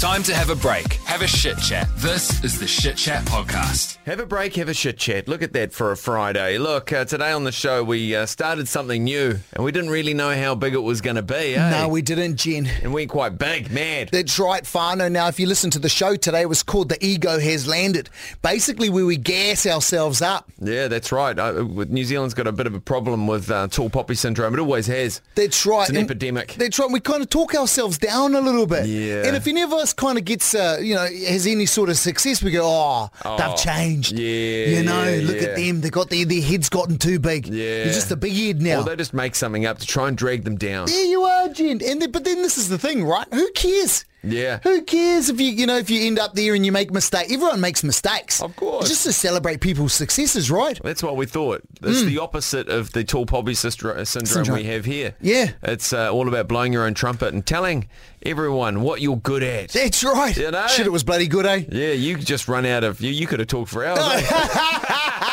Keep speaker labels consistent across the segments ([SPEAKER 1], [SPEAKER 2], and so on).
[SPEAKER 1] Time to have a break. Have a shit chat. This is the Shit Chat Podcast.
[SPEAKER 2] Have a break, have a shit chat. Look at that for a Friday. Look, uh, today on the show we uh, started something new, and we didn't really know how big it was going to be. Eh?
[SPEAKER 3] No, we didn't, Jen.
[SPEAKER 2] and we quite big, mad.
[SPEAKER 3] That's right, Fano. Now, if you listen to the show today, it was called The Ego Has Landed. Basically, where we gas ourselves up.
[SPEAKER 2] yeah, that's right. Uh, with- New Zealand's got a bit of a problem with uh, tall poppy syndrome. It always has.
[SPEAKER 3] That's right.
[SPEAKER 2] It's an
[SPEAKER 3] And
[SPEAKER 2] epidemic.
[SPEAKER 3] That's right. We kind of talk ourselves down a little bit.
[SPEAKER 2] Yeah.
[SPEAKER 3] And if any of us kind of gets, uh, you know, has any sort of success, we go, oh, they've changed.
[SPEAKER 2] yeah,
[SPEAKER 3] You know,
[SPEAKER 2] yeah,
[SPEAKER 3] look at
[SPEAKER 2] yeah.
[SPEAKER 3] them. They got their, their head's gotten too big.
[SPEAKER 2] Yeah.
[SPEAKER 3] You're just a big head now.
[SPEAKER 2] Or they just make something up to try and drag them down.
[SPEAKER 3] There you are, Jen. And then, but then this is the thing, right? Who cares?
[SPEAKER 2] Yeah.
[SPEAKER 3] Who cares if you you know if you end up there and you make mistakes? Everyone makes mistakes.
[SPEAKER 2] Of course.
[SPEAKER 3] Just to celebrate people's successes, right?
[SPEAKER 2] That's what we thought. It's the opposite of the tall poppy syndrome, syndrome
[SPEAKER 3] Mm. Syndrome.
[SPEAKER 2] we have here.
[SPEAKER 3] Yeah.
[SPEAKER 2] It's uh, all about blowing your own trumpet and telling everyone what you're good at.
[SPEAKER 3] That's right.
[SPEAKER 2] You know?
[SPEAKER 3] Shit, it was bloody good, eh?
[SPEAKER 2] Yeah, you could just run out of you. You could have talked for hours. eh?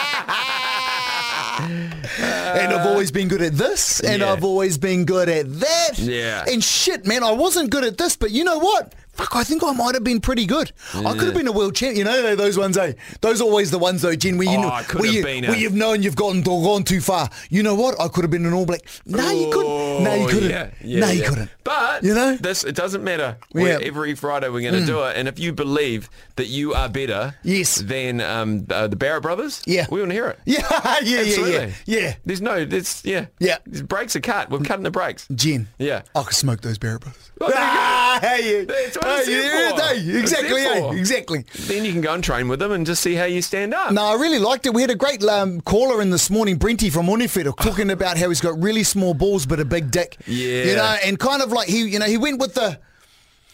[SPEAKER 3] and I've always been good at this, and
[SPEAKER 2] Uh, yeah.
[SPEAKER 3] I've always been good at that.
[SPEAKER 2] Yeah.
[SPEAKER 3] And shit, man, I wasn't good at this, but you know what? Fuck, I think I might have been pretty good. I could have been a world champion. You know those ones, eh? Those are always the ones, though, Jen, where you
[SPEAKER 2] Oh,
[SPEAKER 3] know,
[SPEAKER 2] I could
[SPEAKER 3] where,
[SPEAKER 2] have
[SPEAKER 3] you,
[SPEAKER 2] been a-
[SPEAKER 3] where you've known you've gotten gone too far. You know what? I could have been an All Black. No, you couldn't. No, you
[SPEAKER 2] Oh,
[SPEAKER 3] couldn't.
[SPEAKER 2] yeah, yeah,
[SPEAKER 3] no, you
[SPEAKER 2] yeah.
[SPEAKER 3] couldn't.
[SPEAKER 2] But
[SPEAKER 3] you know,
[SPEAKER 2] this it doesn't matter.
[SPEAKER 3] Yeah. Mm.
[SPEAKER 2] We're- Every Friday we're going to do it, and if you believe that you are better,
[SPEAKER 3] Yes.
[SPEAKER 2] than um, uh, the Barrett brothers,
[SPEAKER 3] Yeah.
[SPEAKER 2] we want to hear it.
[SPEAKER 3] yeah, yeah, yeah,
[SPEAKER 2] Absolutely.
[SPEAKER 3] yeah, yeah.
[SPEAKER 2] There's no, it's yeah,
[SPEAKER 3] Yeah.
[SPEAKER 2] There's breaks are cut. We're cutting the breaks.
[SPEAKER 3] Jen.
[SPEAKER 2] Yeah.
[SPEAKER 3] I could smoke those Barrett Brothers.
[SPEAKER 2] Oh, there you go.
[SPEAKER 3] hey, yeah.
[SPEAKER 2] That's what it's
[SPEAKER 3] Hey,
[SPEAKER 2] there
[SPEAKER 3] yeah,
[SPEAKER 2] for.
[SPEAKER 3] no,
[SPEAKER 2] It's there
[SPEAKER 3] Exactly, eh?
[SPEAKER 2] for.
[SPEAKER 3] exactly.
[SPEAKER 2] Then you can go and train with them and just see how you stand up.
[SPEAKER 3] No, I really liked it. We had a great um, caller in this morning, Brenty from Onifero,
[SPEAKER 2] Ah.
[SPEAKER 3] talking about how he's got really small balls but a big dick.
[SPEAKER 2] Yeah.
[SPEAKER 3] You know, and kind of like he, you know, he went with the,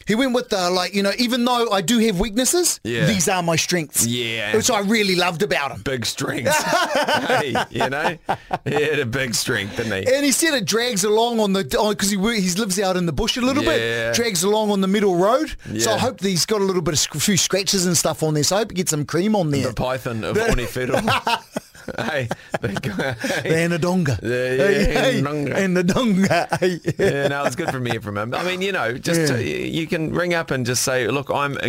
[SPEAKER 3] he went with the like, you know, even though I do have weaknesses,
[SPEAKER 2] Yeah.
[SPEAKER 3] these are my strengths.
[SPEAKER 2] Yeah.
[SPEAKER 3] Which I really loved about him.
[SPEAKER 2] Big strength. hey, you know, he had a big strength, didn't he?
[SPEAKER 3] And he said it drags along on the because he he he lives out in the bush a little
[SPEAKER 2] Yeah.
[SPEAKER 3] bit, drags along on the middle road. So
[SPEAKER 2] Yeah.
[SPEAKER 3] I hope that he's got a little bit of sc- few scratches and stuff on there. So I hope he gets some cream on there.
[SPEAKER 2] The Python of Onifero. hey, the guy.
[SPEAKER 3] The Anadonga.
[SPEAKER 2] Yeah, yeah, Anadonga.
[SPEAKER 3] and the donga.
[SPEAKER 2] yeah, no, it's good for me from him. I mean, you know, just
[SPEAKER 3] Yeah.
[SPEAKER 2] uh, y- you can ring up and just say, look, I'm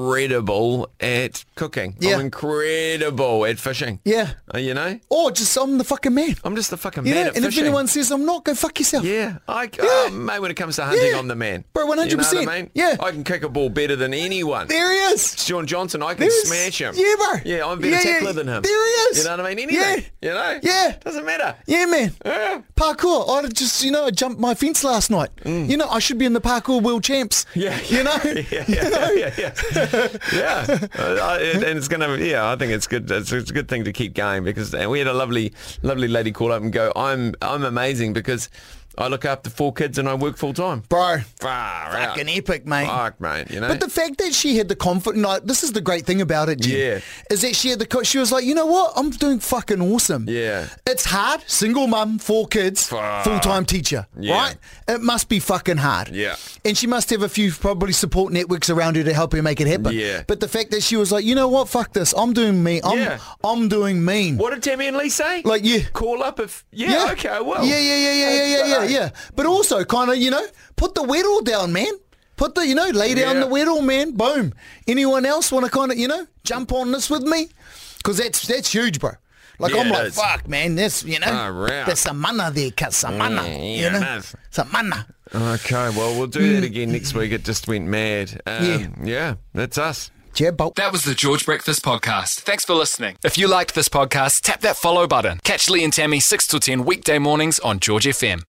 [SPEAKER 2] incredible at cooking.
[SPEAKER 3] Yeah.
[SPEAKER 2] I'm incredible at fishing.
[SPEAKER 3] Yeah.
[SPEAKER 2] Uh, you know,
[SPEAKER 3] Or just I'm the fucking man.
[SPEAKER 2] I'm just the fucking
[SPEAKER 3] You
[SPEAKER 2] man
[SPEAKER 3] know,
[SPEAKER 2] at
[SPEAKER 3] and if
[SPEAKER 2] fishing.
[SPEAKER 3] anyone says I'm not, go fuck yourself.
[SPEAKER 2] yeah, I,
[SPEAKER 3] Yeah.
[SPEAKER 2] Oh, mate, when it comes to hunting,
[SPEAKER 3] Yeah.
[SPEAKER 2] I'm the man.
[SPEAKER 3] Bro,
[SPEAKER 2] You know what
[SPEAKER 3] 100%.
[SPEAKER 2] I mean?
[SPEAKER 3] Yeah.
[SPEAKER 2] I can kick a ball better than anyone.
[SPEAKER 3] There he is.
[SPEAKER 2] Sean Johnson, I can
[SPEAKER 3] There's-
[SPEAKER 2] smash him.
[SPEAKER 3] yeah, bro.
[SPEAKER 2] Yeah, I'm a better
[SPEAKER 3] Yeah, yeah,
[SPEAKER 2] tackler than him.
[SPEAKER 3] there he is.
[SPEAKER 2] You know what I mean? Anything.
[SPEAKER 3] Yeah.
[SPEAKER 2] You know?
[SPEAKER 3] Yeah.
[SPEAKER 2] Doesn't matter.
[SPEAKER 3] Yeah, man. Parkour. I just, you know, I jumped my fence last night. You know, I should be in the parkour world champs.
[SPEAKER 2] Mm. Yeah,
[SPEAKER 3] You know?
[SPEAKER 2] yeah,
[SPEAKER 3] You
[SPEAKER 2] yeah,
[SPEAKER 3] know?
[SPEAKER 2] yeah, yeah, yeah. yeah. Uh, I- and and it's gonna, yeah. I think it's good. It's, it's a good thing to keep going because and we had a lovely, lovely lady call up and go, "I'm, I'm amazing because I look after four kids and I work full time."
[SPEAKER 3] Bro,
[SPEAKER 2] Far out,
[SPEAKER 3] fucking epic, mate.
[SPEAKER 2] Fuck, mate. You know,
[SPEAKER 3] But the fact that she had the confidence, no, this is the great thing about it, Jen,
[SPEAKER 2] Yeah.
[SPEAKER 3] is that she had the, co- she was like, you know what, I'm doing fucking awesome.
[SPEAKER 2] Yeah.
[SPEAKER 3] It's hard, single mum, four kids,
[SPEAKER 2] Fuck.
[SPEAKER 3] full-time teacher,
[SPEAKER 2] Yeah.
[SPEAKER 3] right? It must be fucking hard.
[SPEAKER 2] Yeah.
[SPEAKER 3] And she must have a few probably support networks around her to help her make it happen.
[SPEAKER 2] Yeah.
[SPEAKER 3] But the fact that she was like, you know what, fuck this, I'm doing me, I'm,
[SPEAKER 2] Yeah.
[SPEAKER 3] I'm doing mean.
[SPEAKER 2] what did Tammy and Lee say?
[SPEAKER 3] Like, yeah.
[SPEAKER 2] call up if yeah, okay, well,
[SPEAKER 3] Yeah, yeah, yeah, yeah, yeah, yeah, yeah,
[SPEAKER 2] Okay.
[SPEAKER 3] yeah. But also, kind of, you know, put the whittle down, man. Put the, you know, lay down
[SPEAKER 2] Yeah.
[SPEAKER 3] the whittle, man. Boom. Anyone else want to kind of, you know, jump on this with me? Because that's that's huge, bro. Like
[SPEAKER 2] Yeah,
[SPEAKER 3] I'm
[SPEAKER 2] it
[SPEAKER 3] like,
[SPEAKER 2] is.
[SPEAKER 3] fuck, man. That's you know,
[SPEAKER 2] All right.
[SPEAKER 3] there's some mana there, cut some mana,
[SPEAKER 2] Mm,
[SPEAKER 3] you
[SPEAKER 2] yeah,
[SPEAKER 3] know,
[SPEAKER 2] nice.
[SPEAKER 3] some mana.
[SPEAKER 2] Okay, well, we'll do that again next week. It just went mad. Um, yeah, that's us.
[SPEAKER 3] Yeah, but
[SPEAKER 1] That was the George Breakfast Podcast. Thanks for listening. If you liked this podcast, tap that follow button. Catch Lee and Tammy 6 to 10 weekday mornings on George FM.